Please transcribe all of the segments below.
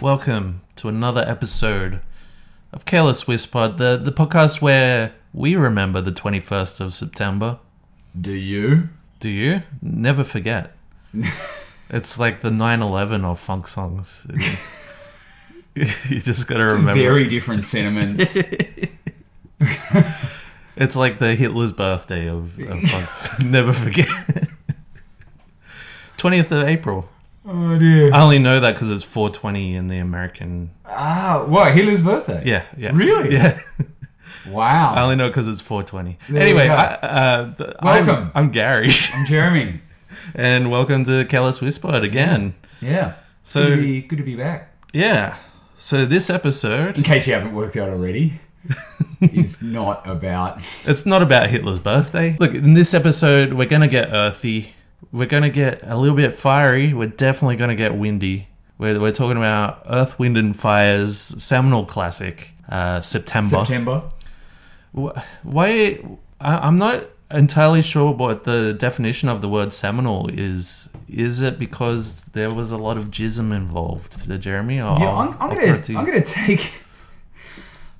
welcome to another episode of Careless Whisper, the, the podcast where we remember the 21st of September. Do you? Do you? Never forget. it's like the 9 11 of funk songs. you just gotta remember. Very different sentiments. It's like the Hitler's birthday of, of funk. Never forget. 20th of April. oh dear. I only know that because it's 420 in the American. Ah, what? Hitler's birthday? Yeah, yeah. Really? Yeah. I Wow. only know because it's 420. There you anyway, go. I, uh, th- Welcome. I'm, I'm Gary, I'm Jeremy. and welcome to Careless Whispered again. Yeah. good, to So, be, good to be back. yeah. So, this In episode, case you haven't worked out already, is not about. it's not about Hitler's birthday. Look, in this episode, we're going to get earthy. We're going to get a little bit fiery. We're definitely going to get windy. We're, we're talking about Earth, Wind, and Fire's seminal classic, uh, September. September. Wh- Why? I, I'm not entirely sure what the definition of the word seminal is. Is it because there was a lot of jism involved, uh, Jeremy? Or, Yeah, I'm, I'm I'll throw gonna. it to you. I'm gonna take.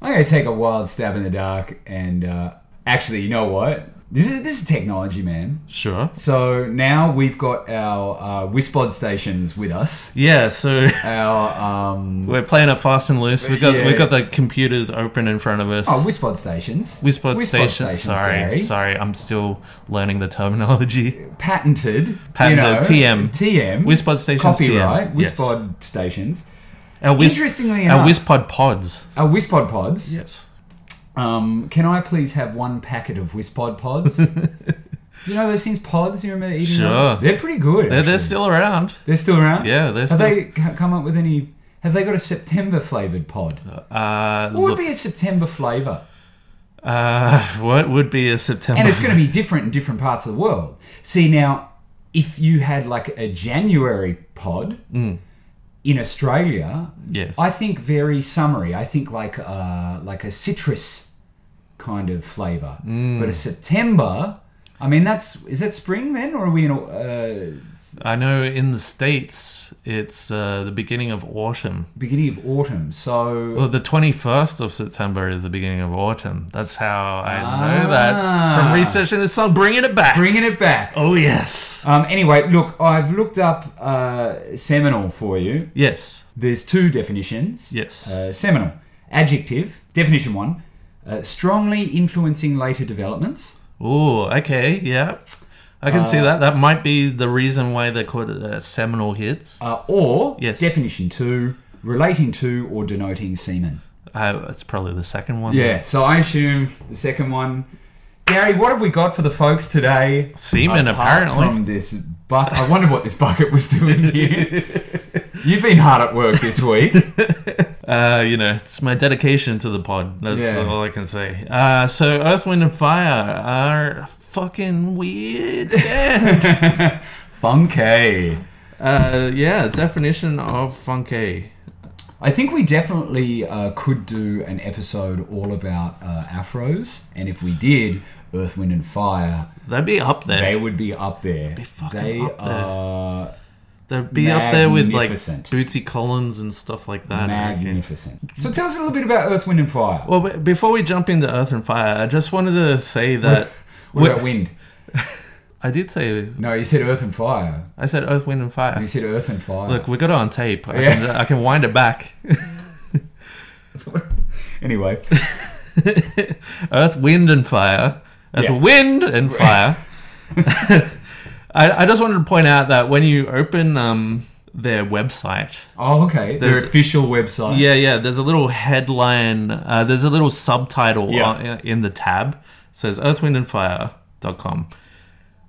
I'm gonna take a wild stab in the dark, and uh, actually, you know what? This is this is technology, man. Sure. So now we've got our uh, Wispod stations with us. Yeah. So Our um, we're playing it fast and loose. We got Yeah. we got the computers open in front of us. oh Wispod stations. Wispod station. stations, sorry, Gary. sorry. I'm still learning the terminology. patented, Patented, you know, TM. TM, Wispod stations. copyright, TM. Yes. Wispod stations. Our Wis- Interestingly our enough, Wispod pods. uh, Wispod pods. Yes. Um, can I please have one packet of Wispod pods? you know those things, pods. You remember eating Sure. those? They're pretty good. They're, actually. they're still around. They're still around. Yeah, they're Have still. they c- come up with any? Have they got a September flavored pod? uh, What would look- be a September flavor? Uh, what would be a September? And it's going to be different in different parts of the world. See, now, if you had like a January pod in Australia, yes. I think very summery. I think like uh, like a citrus kind of flavor. But a September, I mean, that's is that spring then, or are we in? A, uh, I know in the states it's uh, the beginning of autumn. beginning of autumn. So Well, the twenty-first of September is the beginning of autumn. That's how I know that Ah. from researching this song. Bringing it back. bringing it back. oh yes, Um, anyway, look, I've looked up uh, seminal for you. yes, There's two definitions. Yes. Uh, seminal. Adjective. Definition one. Uh, strongly influencing later developments. Oh, okay, yeah. I can Uh, see that. That might be the reason why they called it uh, seminal hits. Uh, or Yes. definition two. Relating to or denoting semen. Uh, it's probably the second one. Yeah. So I assume the second one. Gary, what have we got for the folks today? semen Apart apparently. from this bucket. I wonder what this bucket was doing here. You've been hard at work this week. Uh, you know, it's my dedication to the pod. That's Yeah. all I can say. Uh, so Earth, Wind, and Fire are fucking weird. band. Funky. uh, yeah, definition of funky. I think we definitely uh, could do an episode all about uh, afros, and if we did, Earth, Wind, and Fire, They'd be up they there. would be up there. fucking they up there. are They'd be up there with like magnificent. Bootsy Collins and stuff like that. I reckon. magnificent. So tell us a little bit about Earth, Wind, and Fire. Well, be- before we jump into Earth and Fire, I just wanted to say that What Wh- about wind? I did say No, you said Earth and Fire. I said Earth, Wind, and Fire. You said Earth and Fire. Look, we got it on tape. I, Yeah. can, I can wind it back. anyway, Earth, wind, and fire. Earth, Yeah. wind, and fire. I, I just wanted to point out that when you open um, their website, oh okay, their There's- official website. yeah, yeah, there's a little headline, uh, there's a little subtitle Yeah. uh, in the tab. It says earthwindandfire.com.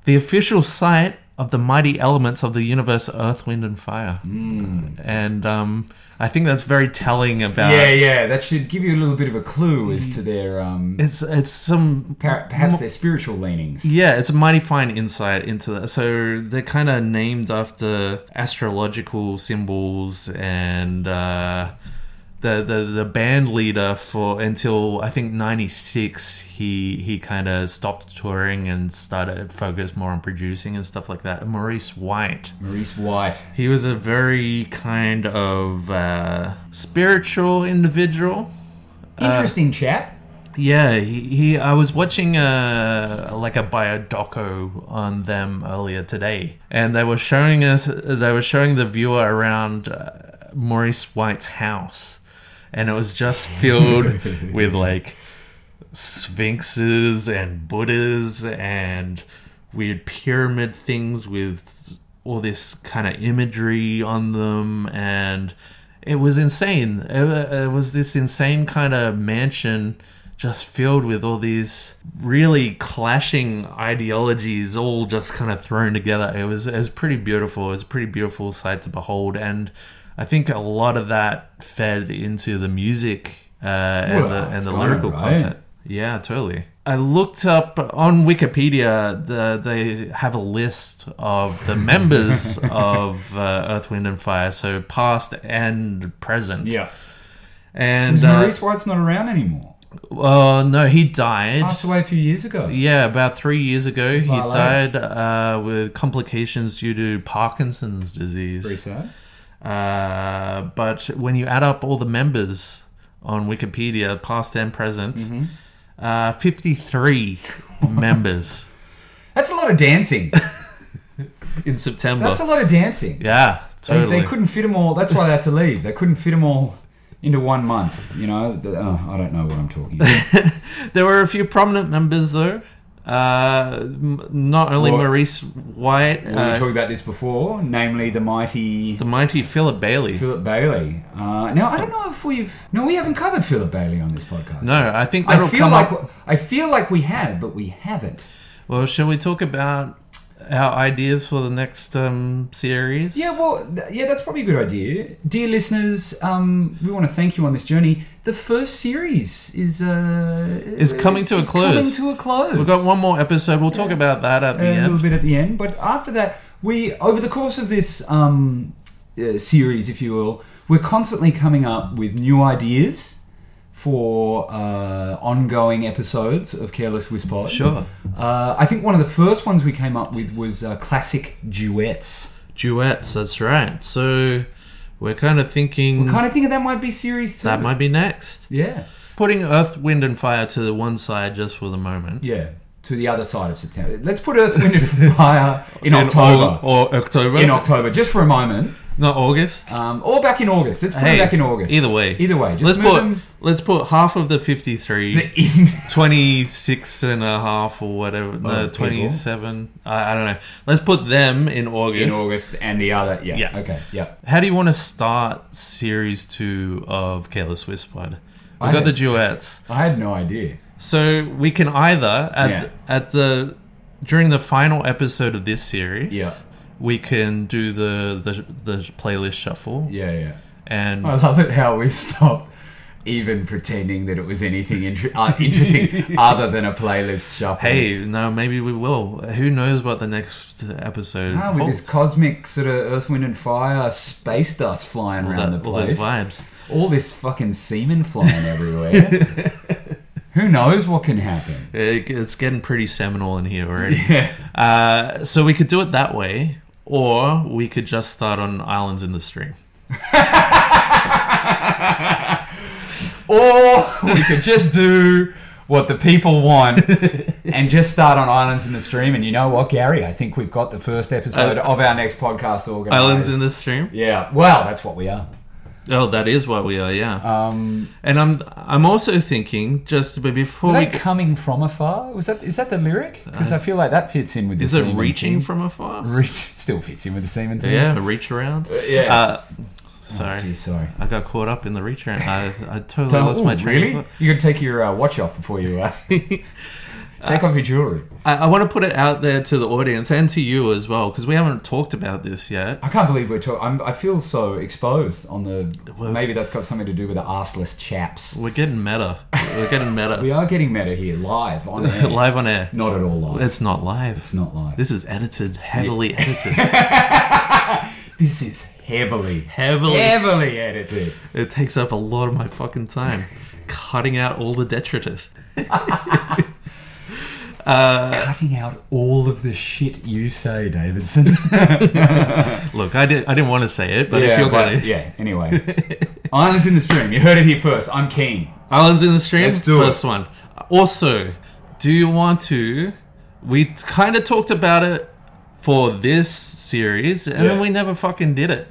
The official site of the mighty elements of the universe, earth, wind, and fire. Hmm. And um, I think that's very telling about. yeah, yeah. That should give you a little bit of a clue as to their um, It's, it's some per- perhaps their spiritual leanings. Yeah, it's a mighty fine insight into that. So they're kind of named after astrological symbols and uh, the, the the band leader for until I think '96. He he kind of stopped touring and started focus more on producing and stuff like that. Maurice White. Maurice White. He was a very kind of uh, spiritual individual. Uh, Interesting chap. Yeah, he, he I was watching uh like a biodoco on them earlier today, and they were showing us they were showing the viewer around uh, Maurice White's house, and it was just filled with like sphinxes and buddhas and weird pyramid things with all this kind of imagery on them and it was insane it, it was this insane kind of mansion just filled with all these really clashing ideologies all just kind of thrown together it was it was pretty beautiful it was a pretty beautiful sight to behold and i think a lot of that fed into the music uh, and Well, the, and it's the gotta, lyrical right? content yeah, totally. I looked up on Wikipedia. The, they have a list of the members of uh, Earth, Wind, and Fire, so past and present. and Because uh, Maurice White's not around anymore. uh, no, he died. Passed away a few years ago. Yeah, about three years ago, he Wow. died uh, with complications due to Parkinson's disease. Very sad. Uh, but when you add up all the members on Wikipedia, past and present, Mm-hmm. uh, 53 members That's a lot of dancing. in September. That's a lot of dancing. yeah, They- totally. They, couldn't fit them all. That's why they had to leave. They couldn't fit them all into one month. You know, The- oh, I don't know what I'm talking about. there were a few prominent members, though. Uh, m- not only Well- Maurice White, we were uh, talking about this before, namely the mighty the mighty Philip Bailey. Philip Bailey. Uh, now I don't know if we've no, we haven't covered Philip Bailey on this podcast. no, I think that'll I feel come like up. I feel like we have, but we haven't. Well, shall we talk about our ideas for the next um, series? Yeah, well, th- yeah, that's probably a good idea, dear listeners. Um, we want to thank you on this journey. The first series is uh, Is coming to a Coming close. to a close. We've got one more episode. We'll talk about that at the a end. little bit at the end. But after that, we over the course of this um, uh, series, if you will, we're constantly coming up with new ideas for uh, ongoing episodes of Careless Whisper. Sure. Uh, I think one of the first ones we came up with was uh, classic duets. Duets, that's right. So we're kind of thinking Kind of thinking that might be series two. that might be next. Yeah. Putting Earth, Wind, and Fire to the one side just for the moment. Yeah. To the other side of September. Let's put Earth, Wind, and Fire In- in October. Or, or October. in October, just for a moment, Not August. um, or back in August. Let's put it back in August. Either way. Either way, just let's move put them- let's put half of the 53 The in- 26 and a half or whatever Oh, no 27 I, I don't know let's put them in august in August and the other. Yeah. Yeah. Okay. Yeah. how do you want to start series 2 of careless whispered we I got the had- duets I had no idea. So we can either at Yeah. at the during the final episode of this series, Yeah. we can do the the, the playlist shuffle Yeah. Oh, Yeah. and I love it how we stopped even pretending that it was anything inter- uh, interesting other than a playlist shuffle. hey, no, maybe we will. Who knows what the next episode Ah, with holds? this cosmic sort of Earth, Wind, and Fire space dust flying all, around that- the all those place, vibes. all this fucking semen flying everywhere. Who knows what can happen? It, it's getting pretty seminal in here already. Yeah. Uh, so we could do it that way, or we could just start on islands in the stream. Or we could just do what the people want and just start on Islands in the Stream. And you know what, Gary? I think we've got the first episode of our next podcast organized. Uh, Islands in the stream. Yeah, well, that's what we are. Oh, that is what we are. Yeah. Um, And I'm I'm also thinking just b- before were we Uh, they coming from afar? Was that is that the lyric? Because I feel like that fits in with the is it semen reaching thing. from afar? Reach still fits in with the semen thing. Yeah, reach around. yeah. Uh, sorry, Gee, sorry. I got caught up in the reach around. I, I totally Don't- lost my ooh, train. of really? thought. You could take your uh, watch off before you uh, take off your jewelry. I, I want to put it out there to the audience and to you as well because we haven't talked about this yet. I can't believe we're talking. I feel so exposed on the. Well, maybe that's got something to do with the arseless chaps. We're getting meta. We're getting We meta are getting meta here, live on air. live on air. Not at all live. It's not live. it's not live. This is edited, heavily edited. This is heavily, heavily. heavily edited. It takes up a lot of my fucking time cutting out all the detritus. uh, Cutting out all of the shit you say, Davidson. look, I didn't. I didn't want to say it, but if you're but- going, to yeah. Anyway, Islands in the Stream. You heard it here first. I'm keen. Islands in the Stream, Let's do it. first one. Also, do you want to? We kind of talked about it for this series, and Yeah. then we never fucking did it.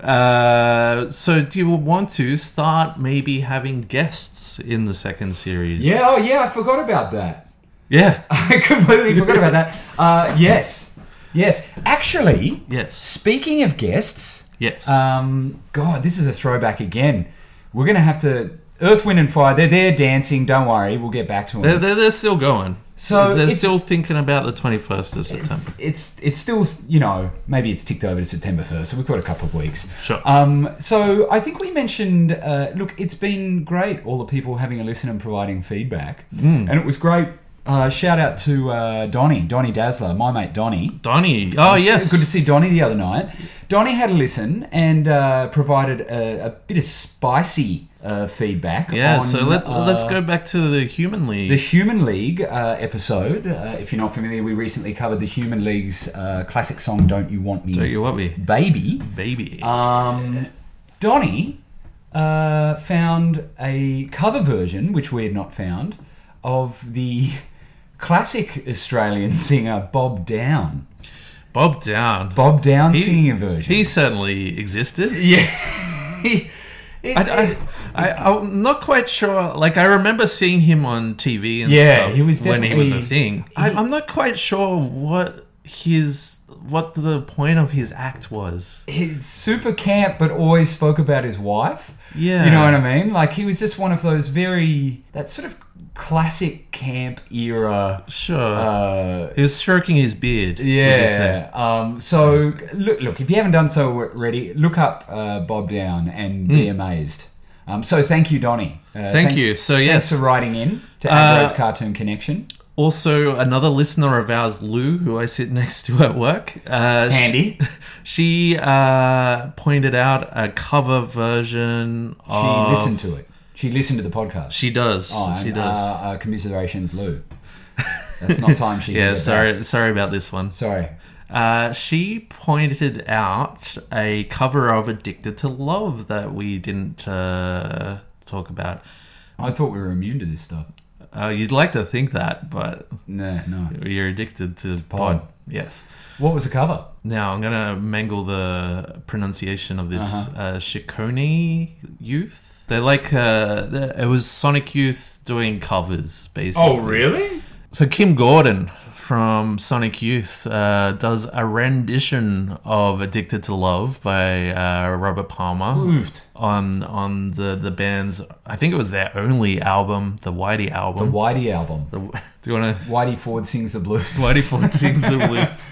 Uh, so, do you want to start maybe having guests in the second series? Yeah. Oh, yeah. I forgot about that. Yeah. I completely forgot about that. Uh, yes. Yes. Actually, Yes. speaking of guests, Yes. um, God, this is a throwback again. We're gonna have to. Earth, Wind, and Fire. They're there dancing. Don't worry. We'll get back to them. They're, they're, they're still going. So they're it's- still thinking about the 21st of September. It's it's still you know maybe it's ticked over to September first, so we've got a couple of weeks. Sure. Um, so I think we mentioned. Uh, look, it's been great. All the people having a listen and providing feedback, Hmm. and it was great. Uh, shout out to uh, Donnie, Donnie Dazzler, my mate Donnie. Donnie. Oh, yes. Good to see Donnie the other night. Donnie had a listen and uh, provided a, a bit of spicy uh, feedback. yeah, on, so let, uh, let's go back to the Human League. the Human League uh, episode. Uh, if you're not familiar, we recently covered the Human League's uh, classic song "Don't You Want Me, Don't you want me? Baby." Baby. Um, Donnie uh, found a cover version, which we had not found, of the classic Australian singer Bob Down. Bob Down. Bob Down He- singing a version. He certainly existed. yeah. It- I, I, I, am not quite sure. Like, I remember seeing him on TV and Yeah, stuff he was when he was a definitely- thing. I, I'm not quite sure what his what the point of his act was. he's super camp, but always spoke about his wife. Yeah. You know what I mean? Like he was just one of those very that sort of classic camp era. Sure. Uh, he was stroking his beard. would you say? yeah. Um, so look, look, if you haven't done so already, look up uh, Bob Down and be amazed. Um, so thank you, Donnie. Uh, Hmm. Thank you. So, yes. thanks for writing in to Uh, Agro's Cartoon Connection. Also, another listener of ours, Lou, who I sit next to at work, uh, sh- Handy. She, uh, pointed out a cover version She of. listened to it. She listened to the podcast. She does. Oh, she and, does. Uh, uh, commiserations, Lou. That's not time she. can yeah, get sorry, back. sorry about this one. Sorry. Uh, she pointed out a cover of "Addicted to Love" that we didn't uh, talk about. I thought we were immune to this stuff. Uh, you'd like to think that, but No, no. you're addicted to pod. pod. Yes. What was the cover? Now I'm gonna mangle the pronunciation of this Uh-huh. uh Shikoni Youth. They're like uh, they're- it was Sonic Youth doing covers, basically. Oh, really? So Kim Gordon from Sonic Youth uh, does a rendition of "Addicted to Love" by uh, Robert Palmer Oofed. on on the the band's I think it was their only album, the Whitey The album. Whitey album. The, do you want to? Whitey Ford sings the blues. Whitey Ford sings the blues.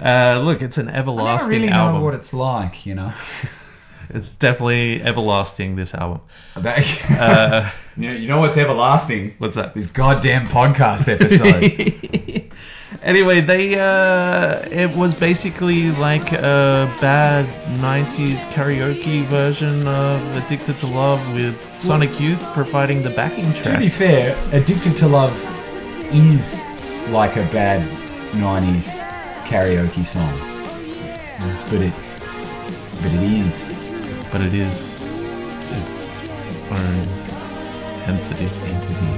Uh, look, it's an I don't everlasting really album. know what it's like, you know. It's definitely everlasting. This album. uh, you know. You know what's everlasting? What's that? This goddamn podcast episode. Anyway, they uh, it was basically like a bad '90s karaoke version of "Addicted to Love" with Sonic Youth providing the backing to be track. fair, Addicted to Love is like a bad 90s karaoke song. But it. But it is. But it is its own entity. entity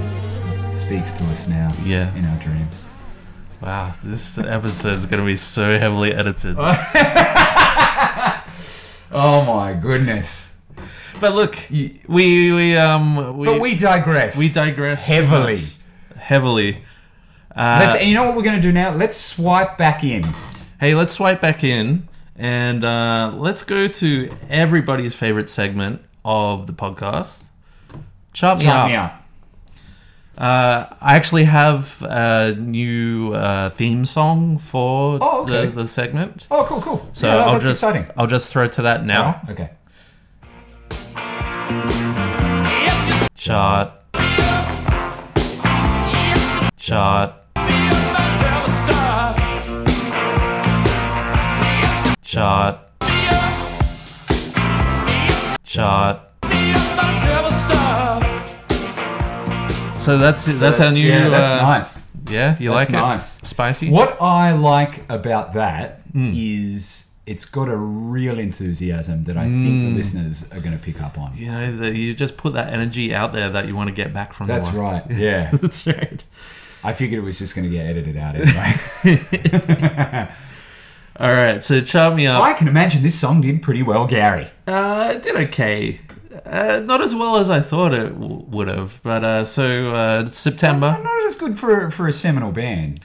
speaks to us now Yeah. in our dreams. Wow, this episode's gonna be so heavily edited. Oh my goodness. But look, y- we we um we But we digress. we digress too Heavily. much. Uh, heavily. Let's, and you know what we're going to do now? Let's swipe back in. Hey, let's swipe back in and uh, let's go to everybody's favorite segment of the podcast. Chop me Count up. me up. Uh, I actually have a new uh, theme song for Oh, okay. the, the segment, Oh, cool, cool. so Yeah, that- I'll that's just exciting. I'll just throw to that now. Okay. Chart. Chart. Chart. chart. So that's it. that's, our new. Yeah, that's uh, nice. Yeah, you like That's it? nice. Spicy. What I like about that Hmm. is it's got a real enthusiasm that I think Hmm. the listeners are going to pick up on. You know, the, you just put that energy out there that you want to get back from. That's the one. right. Yeah. that's right. I figured it was just going to get edited out anyway. All right, so chart me up. I can imagine this song did pretty well, Gary. Uh, it did okay. Uh, not as well as I thought it w- would have, but uh, so uh, September, Not as good for for a seminal band.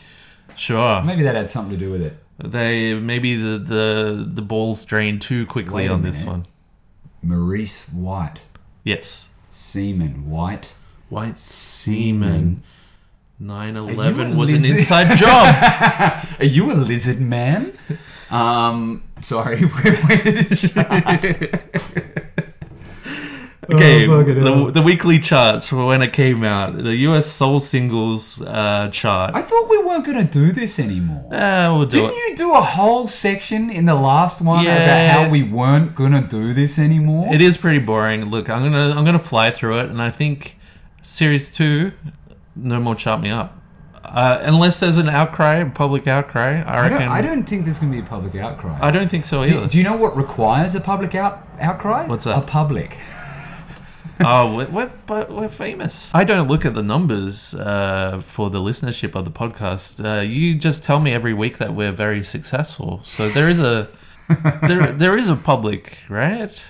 sure. Maybe that had something to do with it. They maybe the the, the balls drained too quickly Wait a on this minute. one. Maurice White, Yes, Seaman White. White Seaman. 9-11 Are you was an Lizzie? inside job. Are you a lizard man? Um, sorry. okay, Oh, fuck it the, up. the weekly charts for when it came out. The US Soul Singles uh, chart. I thought we weren't going to do this anymore. Uh, we'll do Didn't it. you do a whole section in the last one Yeah. about how we weren't going to do this anymore? It is pretty boring. Look, I'm gonna I'm gonna fly through it, and I think series two, no more chart me up. Uh, unless there's an outcry, a public outcry, I I reckon. don't, I don't think there's going to be a public outcry. I don't think so either. Do, do you know what requires a public out, outcry? What's that? A public. oh, we're, we're, but we're famous. I don't look at the numbers uh, for the listenership of the podcast. Uh, you just tell me every week that we're very successful. So there is a there there is a public, right?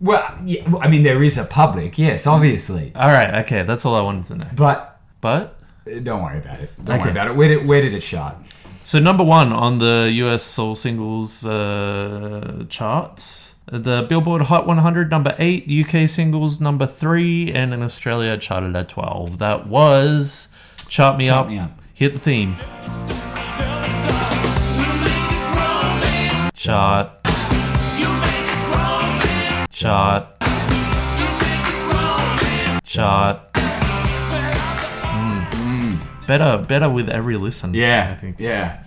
Well, yeah, well, I mean, there is a public, yes, obviously. All right, okay, that's all I wanted to know. But But uh, don't worry about it. Don't Okay. worry about it. Where did, where did it start? So number one on the US soul singles uh, charts, the Billboard Hot 100 number eight, UK singles number three, and in Australia charted at 12. That was chart me up, Me Up. hit the theme. Chart. Chart. Chart. Mm. Better, better with every listen. Yeah. I think. Yeah.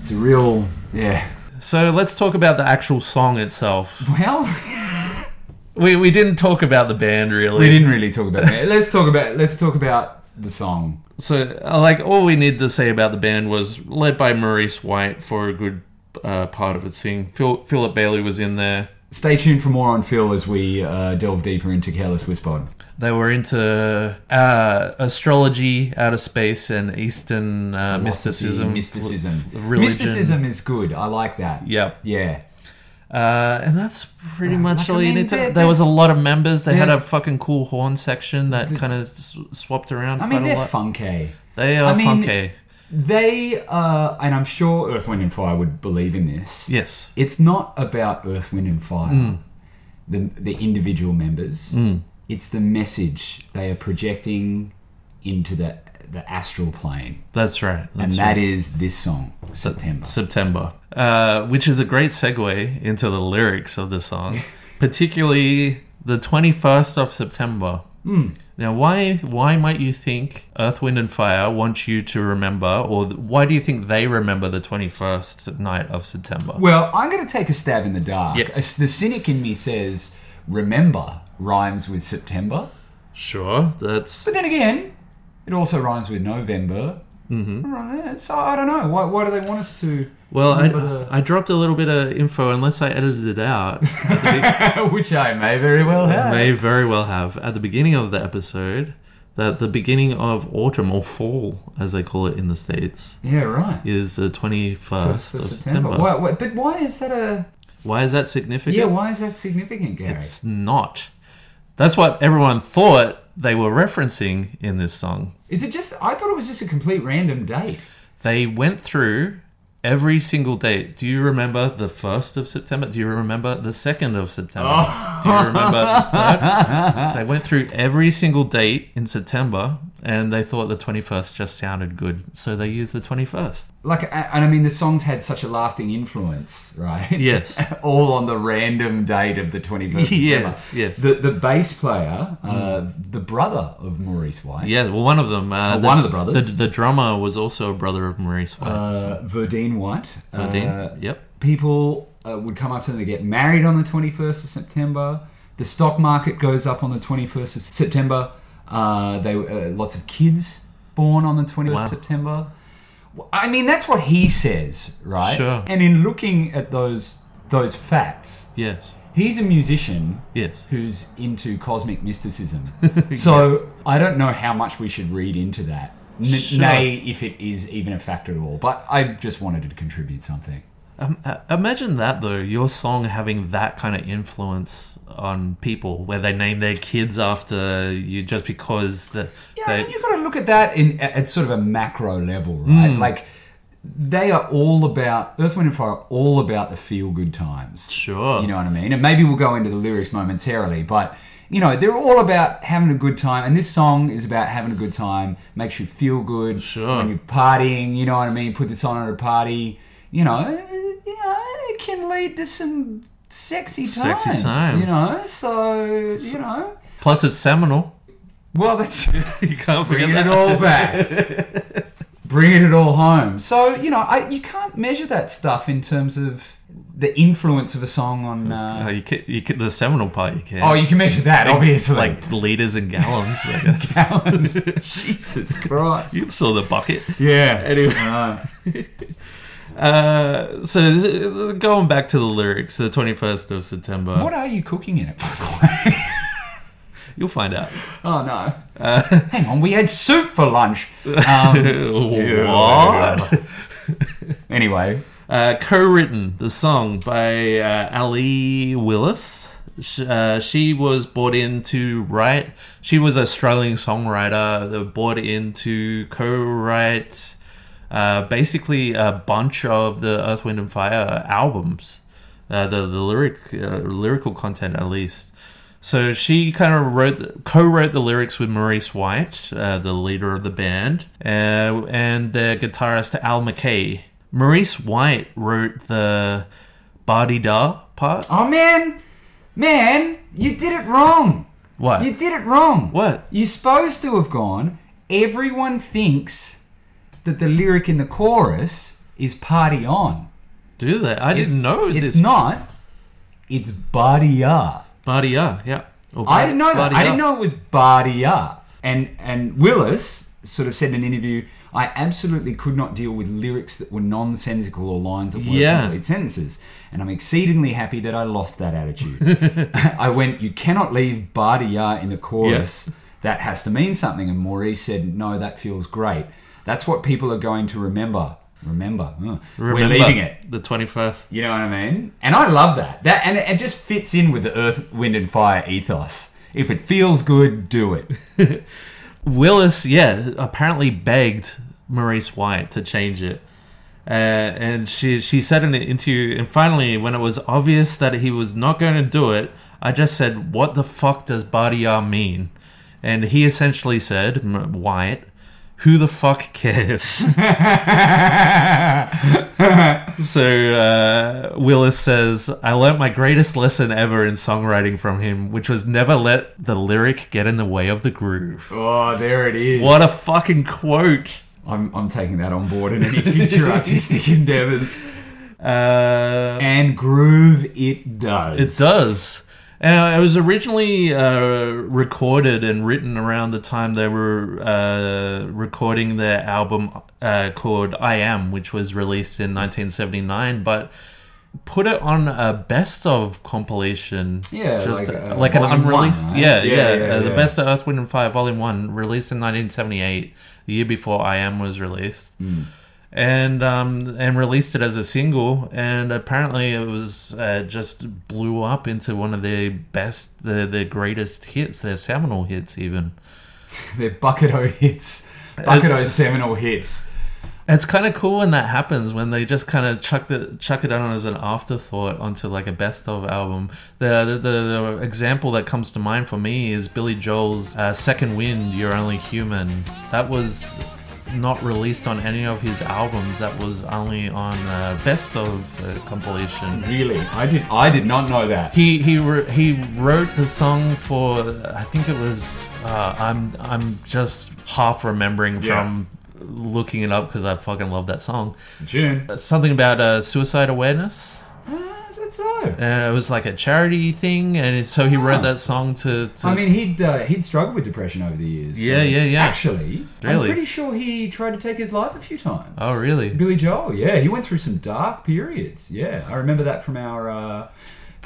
It's a real. Yeah. So let's talk about the actual song itself. Well, We, we didn't talk about the band really. we didn't really talk about that. Let's talk about let's talk about the song. So uh, like all we need to say about the band was led by Maurice White for a good uh, part of its thing. Phil, Philip Bailey was in there. Stay tuned for more on Phil as we uh, delve deeper into Careless Whisper. They were into uh, astrology, outer space, and Eastern uh, mysticism. Mysticism. f- religion. Mysticism is good. I like that. Yep. Yeah. Uh, and that's pretty much like, all I you mean, need to. they're- There was a lot of members. They had they're- a fucking cool horn section that kind of s- swapped around I mean, quite a they're lot. funky. They are I mean- funky. They, uh, and I'm sure Earth, Wind, and Fire would believe in this. Yes. It's not about Earth, Wind, and Fire, Mm. the, the individual members. It's the message they are projecting into the, the astral plane. That's right. And That's that is this song, September. September, uh, which is a great segue into the lyrics of the song, particularly the 21st of September. Hmm. Now, why why might you think Earth, Wind, and Fire want you to remember, or th- why do you think they remember the 21st night of September? Well, I'm going to take a stab in the dark. Yes. As The cynic in me says, remember rhymes with September. Sure, that's. But then again, it also rhymes with November. Mm-hmm. Right, so I don't know. Why, why do they want us to? Well, remember I, I dropped a little bit of info, unless I edited it out. Which I may very well have. may very well have at the beginning of the episode that the beginning of autumn or fall, as they call it in the states, Yeah, right. is the twenty first So of September. Why, why, but why is that a? Why is that significant? Yeah, why is that significant, Gary? It's not. That's what everyone thought they were referencing in this song. Is it just? I thought it was just a complete random date. They went through every single date. Do you remember the first of September? Do you remember the second of September? Oh. Do you remember the third? they went through every single date in September, and they thought the twenty first just sounded good, so they used the twenty first. Like, a- and I mean, the songs had such a lasting influence, right? Yes. All on the random date of the twenty first. Yes, yes. Mm. The the bass player, uh, the brother of Maurice White, Yeah, well, one of them. Uh, Oh, one of the brothers. The, the drummer was also a brother of Maurice White. uh, Verdine uh, White, Verdine, yep. people uh, would come up to them they get married on the 21st of september the stock market goes up on the 21st of september uh, they uh, lots of kids born on the 21st Wow. of september i mean that's what he says right Sure. and in looking at those those facts Yes. he's a musician Yes. who's into cosmic mysticism. so I don't know how much we should read into that. N- Sure. Nay, if it is even a fact at all. But I just wanted to contribute something. Um, uh, imagine that though, your song having that kind of influence on people, where they name their kids after you just because the, Yeah, I they. mean, you've got to look at that in at at sort of a macro level, right? Hmm. Like they are all about Earth, Wind, and Fire. Are all about the feel good times. Sure. You know what I mean? And maybe we'll go into the lyrics momentarily, but you know, they're all about having a good time. And this song is about having a good time, makes you feel good Sure. when you're partying, you know what I mean? Put this on at a party, you know, eh, you know, it can lead to some sexy times. Sexy times. You know, so, you know. Plus, it's seminal. Well, that's You can't forget bringing that. it all back. bringing it all home. So, you know, I, you can't measure that stuff in terms of the influence of a song on. Uh, Oh, you can, you can, the seminal part you can. Oh, you can measure that, obviously. like liters and gallons. I guess. gallons. Jesus Christ. you saw the bucket. Yeah. Anyway. I Uh, so uh, going back to the lyrics, the twenty first of September. know. what are you cooking in it, by the way? You'll find out. Oh, no. Hang on, we had soup for lunch. Um, what? anyway. Uh, co-written the song by uh, Ali Willis. Sh- Uh, she was brought in to write. She was a struggling songwriter that brought in to co-write uh, basically a bunch of the Earth, Wind and Fire albums, uh, the the lyric uh, lyrical content at least. So she kind of wrote, co-wrote the lyrics with Maurice White, uh, the leader of the band, uh, and their guitarist Al McKay. Maurice White wrote the "Body Da" part. Oh, man. Man, you did it wrong. What? You did it wrong. What? You're supposed to have gone, everyone thinks that the lyric in the chorus is party on. Do that? I It's- didn't know It's this. not. It's body up. Body Da, yeah. Or I Ba- didn't know that. Body Da. I didn't know it was Bardia. And and Willis sort of said in an interview, I absolutely could not deal with lyrics that were nonsensical or lines that weren't Yeah. complete sentences. And I'm exceedingly happy that I lost that attitude. I went, you cannot leave Bardia in the chorus. That has to mean something. And Maurice said, no, that feels great. That's what people are going to remember. Remember. uh, We're Remember leaving it. The twenty first. You know what I mean? And I love that. That and it, it just fits in with the earth, wind, and fire ethos. If it feels good, do it. Willis, yeah, apparently begged Maurice White to change it. Uh, and she she said in an interview, and finally, when it was obvious that he was not going to do it, I just said, "What the fuck does Badia mean?" And he essentially said, M- "White, who the fuck cares?" so uh, Willis says, "I learnt my greatest lesson ever in songwriting from him, which was never let the lyric get in the way of the groove." oh, there it is. What a fucking quote. I'm, I'm taking that on board in any future artistic endeavors. Uh, And groove it does. it does. And it was originally uh, recorded and written around the time they were uh, recording their album uh, called I Am, which was released in 1979, but put it on a best of compilation. Yeah, just like, like, uh, an volume one, unreleased. right? Yeah, Yeah, yeah. yeah, uh, The yeah. best of Earth, Wind, and Fire, Volume 1, released in 1978, the year before I Am was released. Hmm. and um, and released it as a single. And apparently, it was uh, just blew up into one of their best, their, their greatest hits, their seminal hits, even. They're bucket o hits. Bucket Uh, o seminal hits. It's kind of cool when that happens when they just kind of chuck the chuck it on as an afterthought onto like a best of album. The the, the, the example that comes to mind for me is Billy Joel's uh, "Second Wind." You're only human. That was not released on any of his albums. That was only on uh, best of uh, compilation. Really, I did. I did not know that. He he wr- he wrote the song for I think it was uh, I'm I'm just half remembering Yeah. from looking it up because I fucking love that song. June. Uh, Something about uh, suicide awareness. Ah, is it so? And it was like a charity thing, and it, so he wrote Oh. that song to. to I mean, he'd uh, he'd struggled with depression over the years. Yeah, yeah, yeah. Actually, Really? I'm pretty sure he tried to take his life a few times. oh, really? Billy Joel, yeah, he went through some dark periods. Yeah, I remember that from our uh,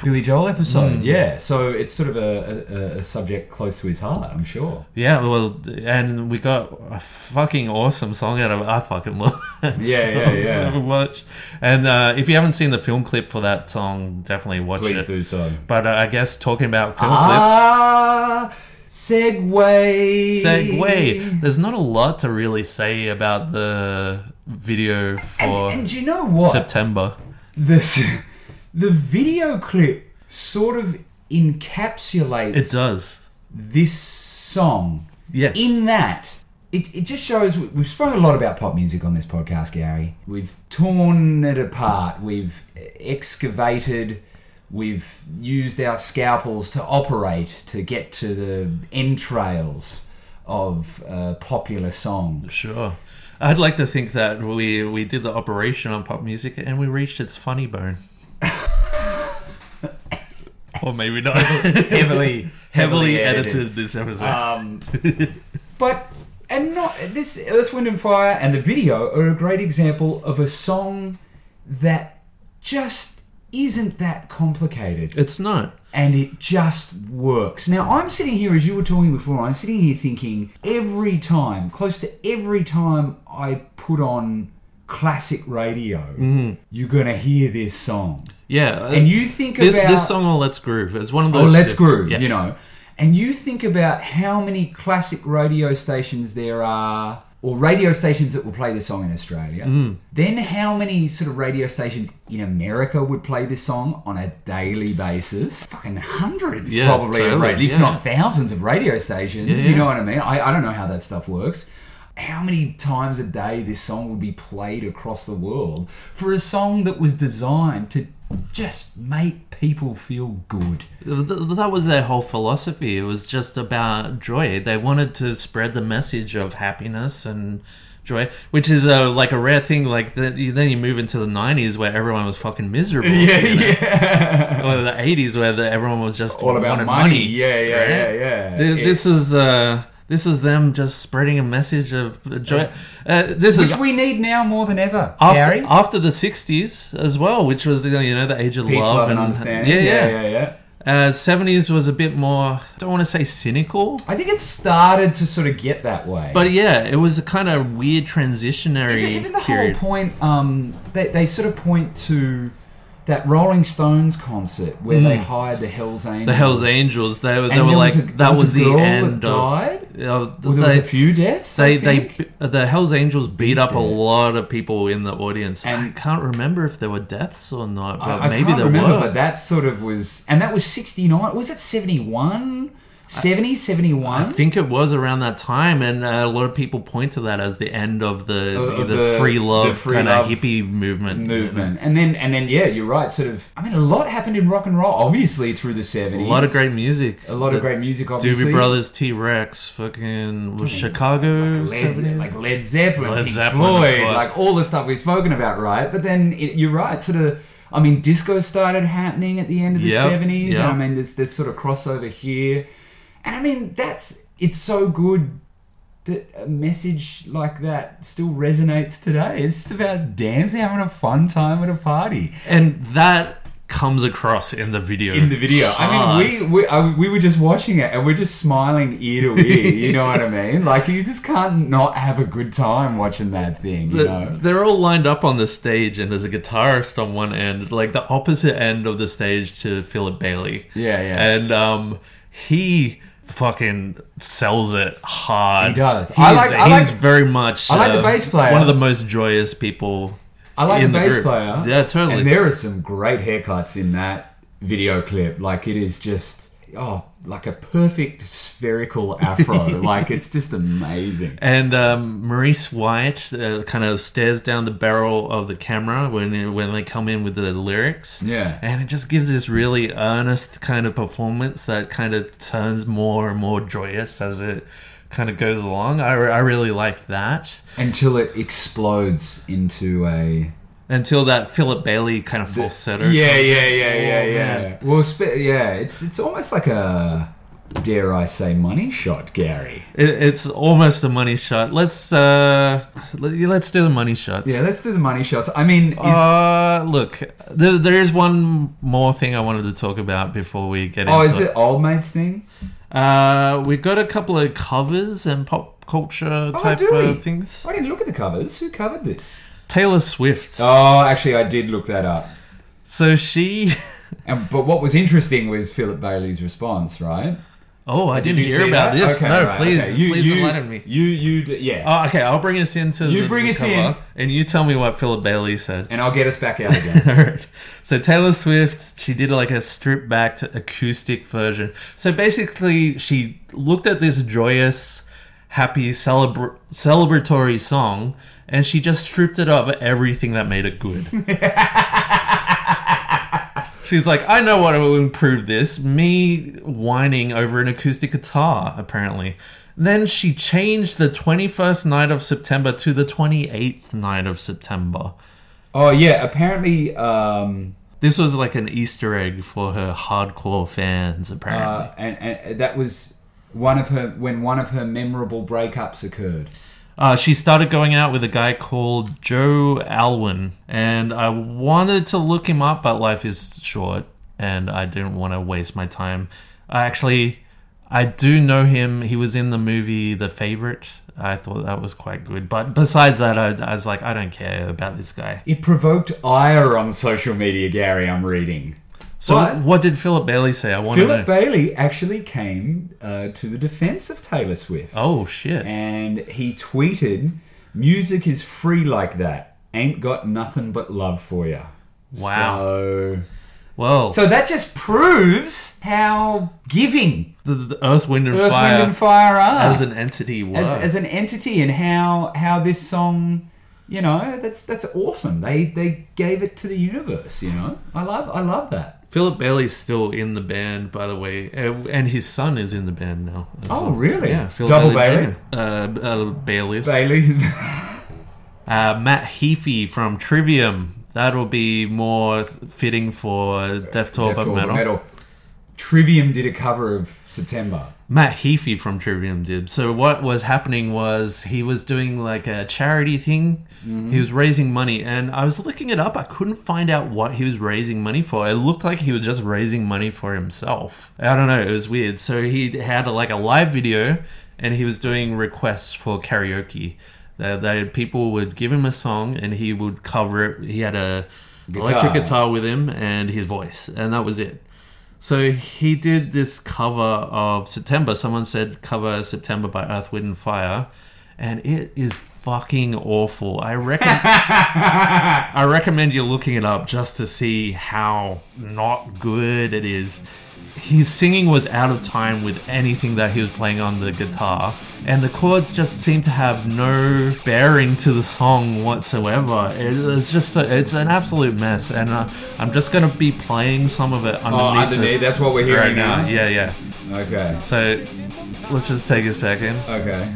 Billy Joel episode. Yeah, so it's sort of a, a, a subject close to his heart, I'm sure. Yeah, well, and we got a fucking awesome song out of it. I fucking love that Yeah, song yeah, yeah. so much. And uh, if you haven't seen the film clip for that song, definitely watch Please it. do so. But uh, I guess talking about film clips, Ah, segue. segue. There's not a lot to really say about the video for And do you know what? September. this the video clip sort of encapsulates It does. this song Yes. in that it, it just shows we- we've spoken a lot about pop music on this podcast gary we've torn it apart we've excavated we've used our scalpels to operate to get to the entrails of uh, popular song sure. I'd like to think that we we did the operation on pop music and we reached its funny bone. or maybe not. heavily Heavily edited this episode. Um, but and not this Earth, Wind and Fire and the video are a great example of a song that just isn't that complicated it's not. and it just works. Now I'm sitting here as you were talking before. I'm sitting here thinking every time, close to every time I put on classic radio, you're gonna hear this song, Mm-hmm. Yeah. uh, and you think this, about this song or Let's Groove. It's one of or those. Let's two. Groove, Yeah. you know. And you think about how many classic radio stations there are, or radio stations that will play this song in Australia. Mm. Then how many sort of radio stations in America would play this song on a daily basis? Fucking hundreds, Yeah, probably, of totally, radio- if yeah. not thousands of radio stations. Yeah, You know yeah. what I mean? I, I don't know how that stuff works. How many times a day this song would be played across the world for a song that was designed to just make people feel good? Th- that was their whole philosophy. It was just about joy. They wanted to spread the message of happiness and joy, which is uh, like a rare thing. Like the, you- then you move into the '90s where everyone was fucking miserable, Yeah, yeah. or the '80s where the, everyone was just All about wanted money. Yeah, yeah, yeah, yeah. Th- It- This is uh, this is them just spreading a message of joy. Uh, this which is we need now more than ever, Gary. after, after the '60s as well, which was you know, you know the age of Peace, love, and, understanding. yeah, yeah. yeah, yeah. Uh, 70s was a bit more, I don't want to say cynical, I think it started to sort of get that way. but yeah, it was a kind of weird transitionary Isn't, isn't the period. whole point? Um, they, they sort of point to that Rolling Stones concert where they hired the Hells Angels. Hmm. the Hells Angels, they, were- they And were there like, was a- there that was, was a the girl that end died? of. Well, of there was a they, few deaths. they, I they, think. the Hells Angels beat up a them. lot of people in the audience. I And- can't remember if there were deaths or not, but I, I maybe can't there remember, were. but that sort of was, and that was sixty nine. Was it 71? 70, 71? I think it was around that time, and uh, a lot of people point to that as the end of the Of- of the, the- free the love free kind of love hippie movement. movement. And then and then yeah, you're right. Sort of. I mean, a lot happened in rock and roll, obviously through the A seventies. lot of great music. a lot of The- great music. Obviously, Doobie Brothers, T Rex, fucking was Chicago. Led, Ze- 70s? like Led Zeppelin, Led Pink Zeppelin, of Floyd, course. like all the stuff we've spoken about, right? But then it, you're right. Sort of. I mean, disco started happening at the end of the Yep, seventies. yep. I mean, there's there's sort of crossover here, and I mean that's it's so good. That a message like that still resonates today. It's just about dancing, having a fun time at a party. and that comes across in the video. in the video. I mean, we we, I, we were just watching it and we're just smiling ear to ear. you know what I mean? Like you just can't not have a good time watching that thing. You The- know? They're all lined up on the stage, and there's a guitarist on one end, like the opposite end of the stage to Philip Bailey. Yeah, yeah. And um, he fucking sells it hard. He does. He's, I like- I he's like- very much. I like the uh, bass player. One of the most joyous people. I like in the the bass group. player. Yeah, totally. And there are some great haircuts in that video clip. Like it is just. oh, like a perfect spherical afro. like it's just amazing. And um, Maurice White uh, kind of stares down the barrel of the camera when when they come in with the lyrics. Yeah. And it just gives this really earnest kind of performance that kind of turns more and more joyous as it kind of goes along. I, I really like that Until it explodes into a until that Philip Bailey kind of falsetto. Yeah, comes yeah, in. yeah, yeah, Oh, yeah. man. Well, sp- yeah, it's it's almost like a dare I say money shot, Gary. It, it's almost a money shot. Let's uh, let, let's do the money shots. Yeah, let's do the money shots. I mean, is, Uh, look, there, there is one more thing I wanted to talk about before we get oh, into is it old mates thing? Uh, we've got a couple of covers and pop culture Oh, type do we? of things. I didn't look at the covers. Who covered this? Taylor Swift. Oh, actually, I did look that up. So she. And but what was interesting was Philip Bailey's response, right? Oh, I didn't Did you hear see about that? this. Okay, no, right, please, okay. You- please you- enlighten me. You, you, d- yeah. Oh, okay, I'll bring us into You the bring us cover, in. and you tell me what Philip Bailey said. And I'll get us back out again. Alright. so Taylor Swift, she did like a stripped back acoustic version. So basically, she looked at this joyous, happy, celebra- celebratory song, and she just stripped it of everything that made it good. She's like, I know what will improve this. Me whining over an acoustic guitar, apparently. Then she changed the 21st night of September to the 28th night of September. oh yeah, apparently. Um, This was like an Easter egg for her hardcore fans, apparently. Uh, and, and that was one of her when one of her memorable breakups occurred. Uh, she started going out with a guy called Joe Alwyn, and I wanted to look him up, but life is short, and I didn't want to waste my time. I actually, I do know him. He was in the movie The Favorite. I thought that was quite good, but besides that, I, I was like, I don't care about this guy. It provoked ire on social media, Gary. I'm reading. So, But- what, did Philip Bailey say? I want to know. Philip Bailey actually came uh, to the defense of Taylor Swift, oh shit! and he tweeted, "Music is free like that. Ain't got nothing but love for you." Wow. So, well, so that just proves how giving the, the Earth, Wind, and Earth, Fire. Wind, and Fire are as an entity was. as, as an entity and how how this song you know that's that's awesome they they gave it to the universe you know i love i love that Philip Bailey's still in the band, by the way, and and his son is in the band now. as Oh, well. really? Yeah, Philip Double Bailey. Jr. Uh, uh, Bailey's. bailey Uh, Matt Heafy from Trivium. That will be more fitting for Death Tour But Metal. trivium did a cover of september Matt Heafy from Trivium did. So what was happening was he was doing like a charity thing. He was raising money, and I was looking it up. I couldn't find out what he was raising money for. It looked like he was just raising money for himself. I don't know. It was weird. So he had like a live video, and he was doing requests for karaoke. That, that people would give him a song, and he would cover it. He had a electric Guitar. guitar with him and his voice, and that was it. So he did this cover of September. Someone said cover September by Earth, Wind, and Fire, and it is fucking awful. I reckon. I recommend you looking it up just to see how not good it is. His singing was out of time with anything that he was playing on the guitar, and the chords just seem to have no bearing to the song whatsoever. It, it's just a, it's an absolute mess, and uh, I'm just gonna be playing some of it underneath. Oh, underneath, us that's what we're right hearing now. now? Yeah, yeah. okay So let's just take a second. okay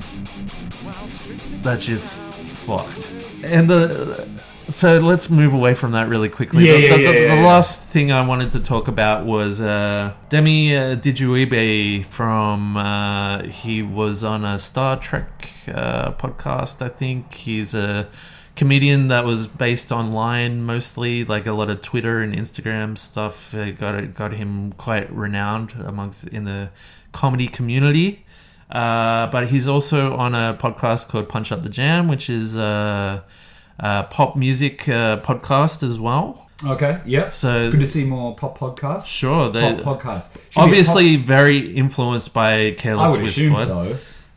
That's just fucked. And the so let's move away from that really quickly. Yeah, the, yeah, the, yeah, the- yeah, the yeah. last thing I wanted to talk about was uh, Demi uh, Dijuibe from uh, he was on a Star Trek uh, podcast. I think he's a comedian that was based online mostly, like a lot of Twitter and Instagram stuff. Uh, got got him quite renowned amongst in the comedy community. Uh, but he's also on a podcast called Punch Up the Jam, which is a, a pop music uh, podcast as well. okay yes So- good to see more pop podcasts Sure, they pop podcast Should be a pop- obviously very influenced by Careless i would Whisper. assume so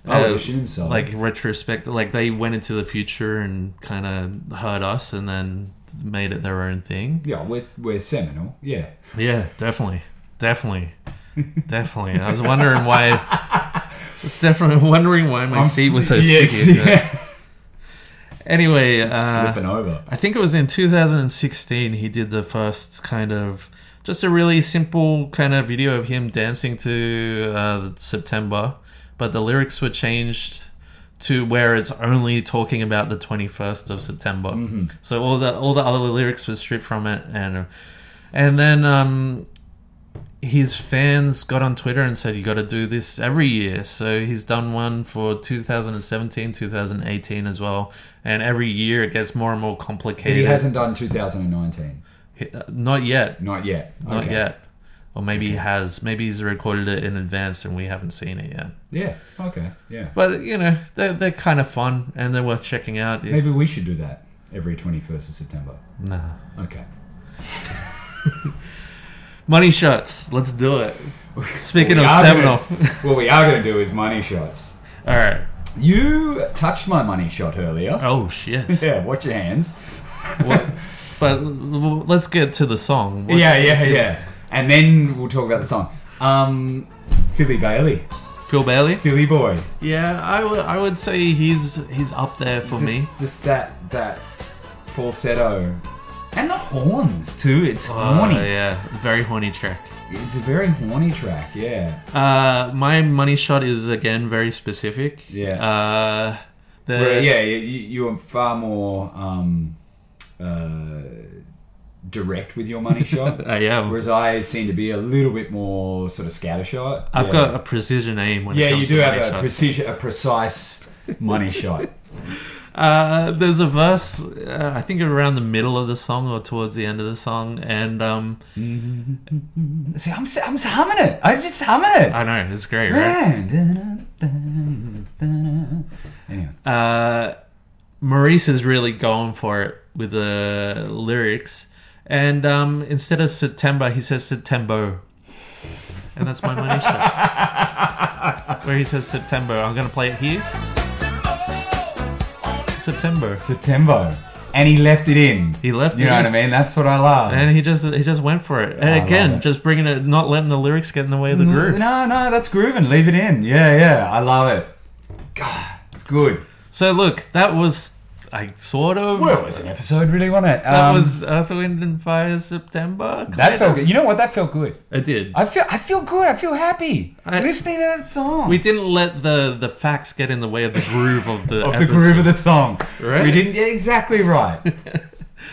i would Uh, assume so Like retrospect, like they went into the future and kind of heard us, and then made it their own thing. yeah we're, we're seminal yeah Yeah, definitely, definitely. Definitely. I was wondering why. definitely wondering why my I'm- seat was so yes, sticky. yeah. Anyway, uh, Slipping over. I think it was in 2016 he did the first kind of just a really simple kind of video of him dancing to uh, September, but the lyrics were changed to where it's only talking about the 21st of September. Mm-hmm. So all the all the other lyrics were stripped from it, and and then um, his fans got on Twitter and said you got to do this every year. So he's done one for 2017, 2018 as well, and every year it gets more and more He complicated. hasn't done 2019. He- uh, Not yet. Not yet. Not okay. yet. Or maybe he has. Maybe he's recorded it in advance and we haven't seen it yet. Yeah. Okay. Yeah. But you know, they're they're kind of fun and they're worth checking out. If, Maybe we should do that every 21st of September. Nah. Okay. Money shots. Let's do it. Speaking We of are Seminole. gonna- what we are going to do is money shots. All right. You touched my money shot earlier. Oh shit. Yeah, watch your hands. What- but l- l- let's get to the song. What- yeah, yeah, did- yeah. And then we'll talk about the song. Um, Philly Bailey, Phil Bailey. Philly boy. Yeah, I would. I would say he's he's up there for just, me. just that that falsetto and the horns too. It's Uh, horny. yeah, very horny track. It's a very horny track. Yeah. Uh, my money shot is again very specific. Yeah. Uh, the, Where, yeah, you, you were far more um, uh, direct with your money shot. I am. Whereas I seem to be a little bit more sort of scattershot. I've Yeah. got a precision aim when Yeah, it you comes do to have money a shot. precision, a precise money shot. Uh, there's a verse, uh, I think around the middle of the song or towards the end of the song, and um, See, I'm, s- I'm just humming it. I'm just humming it. I know it's great, right? Man. Dun-dun-dun-dun-dun. Anyway, Uh, Maurice is really going for it with the lyrics, and um, instead of September, he says September, and that's my money shot. Where he says September, I'm gonna play it here. September. September, and he left it in. He left You it know in. what I mean? That's what I love. And he just he just went for it. And I again, love it. Mm-hmm. just bringing it, not letting the lyrics get in the way of the No, groove. No, no, that's grooving. Leave it in. Yeah, yeah. I love it. God, it's good. So look, that was I sort of Well, it was an episode, really, wasn't it? that Um, was Earth, Wind and Fire September. that kind felt of. good. You know what? That felt good. I did. I feel I feel good. I feel happy I- listening to that song. we didn't let the the facts get in the way of the groove of the of the episode. groove of the song. Right. We didn't yeah, exactly right.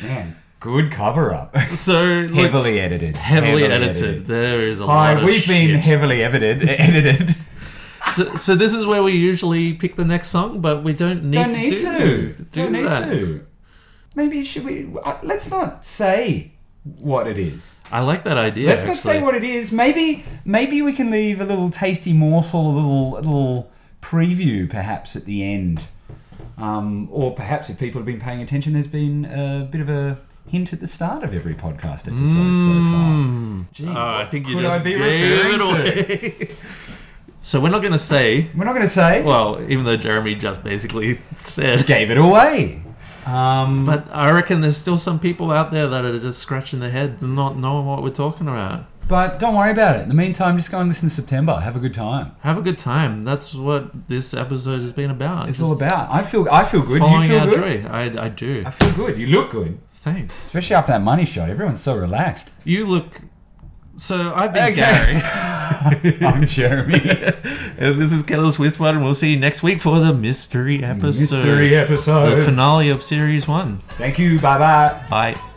Man, good cover up. So look, heavily edited. heavily edited. There is a lot Hi, of we've been shit. heavily edited. edited. so, so this is where we usually pick the next song, but we don't need Don't to need do, to. do Don't need that. to. Maybe should we? uh, Let's not say what it is. I like that idea. Let's not say actually. what it is. Maybe maybe we can leave a little tasty morsel, a little a little preview, perhaps at the end, um, or perhaps if people have been paying attention, there's been a bit of a hint at the start of every podcast episode so far. Gee, Oh, I think you could just I be gave referring it away. so we're not going to say. we're not going to say Well, even though Jeremy just basically said, gave it away. Um, but I reckon there's still some people out there that are just scratching their head, and not knowing what we're talking about. but don't worry about it. In the meantime, just go and listen to September. Have a good time. Have a good time. That's what this episode has been about. It's Just all about. I feel I feel good. You following feel our good. joy. I, I do. I feel good. You look good, Thanks. especially after that money shot. Everyone's so relaxed. You look. So I've been Okay. Gary, I'm Jeremy. and this is Kellis Whisper, and we'll see you next week for the mystery episode, Mystery the episode. finale of series one. Thank you. Bye bye. Bye.